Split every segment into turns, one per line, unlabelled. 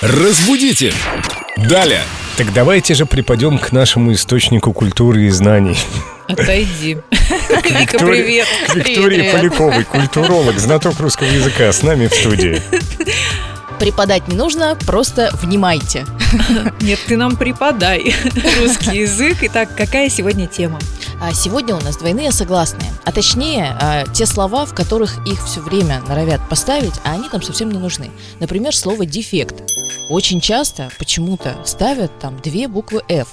Разбудите! Далее!
Так давайте же припадем к нашему источнику культуры и знаний.
Отойди. Вика, привет.
К Виктории Поляковой, культуролог, знаток русского языка, с нами в студии.
Преподать не нужно, просто внимайте.
Нет, ты нам преподай русский язык. Итак, какая сегодня тема?
А сегодня у нас двойные согласные, а точнее а, те слова, в которых их все время норовят поставить, а они там совсем не нужны. Например, слово «дефект». Очень часто почему-то ставят там две буквы «ф».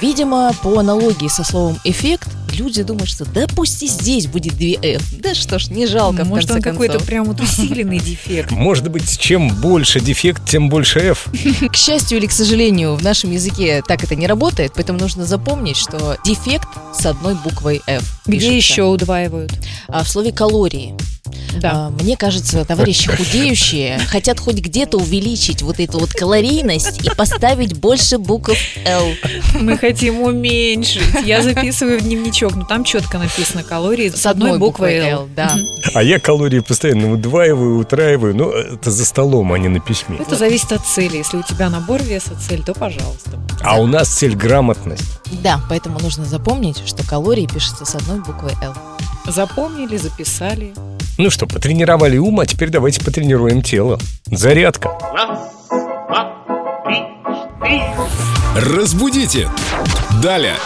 Видимо, по аналогии со словом «эффект» люди думают, что да пусть и здесь будет две «ф». Да что ж, не жалко, в
Может,
конце
он какой-то
концов.
прям вот усиленный дефект.
Может быть, чем больше дефект, тем больше F.
К счастью или к сожалению, в нашем языке так это не работает, поэтому нужно запомнить, что дефект с одной буквой «ф». пишется.
Где еще удваивают?
А, в слове «калории». А, Мне кажется, товарищи худеющие хотят хоть где-то увеличить вот эту вот калорийность и поставить больше букв L.
Мы хотим уменьшить. Я записываю в дневничок, но там четко написано калории с одной буквой Л.
да.
Мгм.
А я калории постоянно удваиваю, утраиваю, но это за столом, а не на письме.
Это зависит от цели. Если у тебя набор веса цель, то пожалуйста.
А у нас цель грамотность.
Да, поэтому нужно запомнить, что калории пишется с одной буквой L.
Запомнили, записали.
Ну что, потренировали ум, а теперь давайте потренируем тело. Зарядка.
Раз, два, три, четыре.
Разбудите! Далее!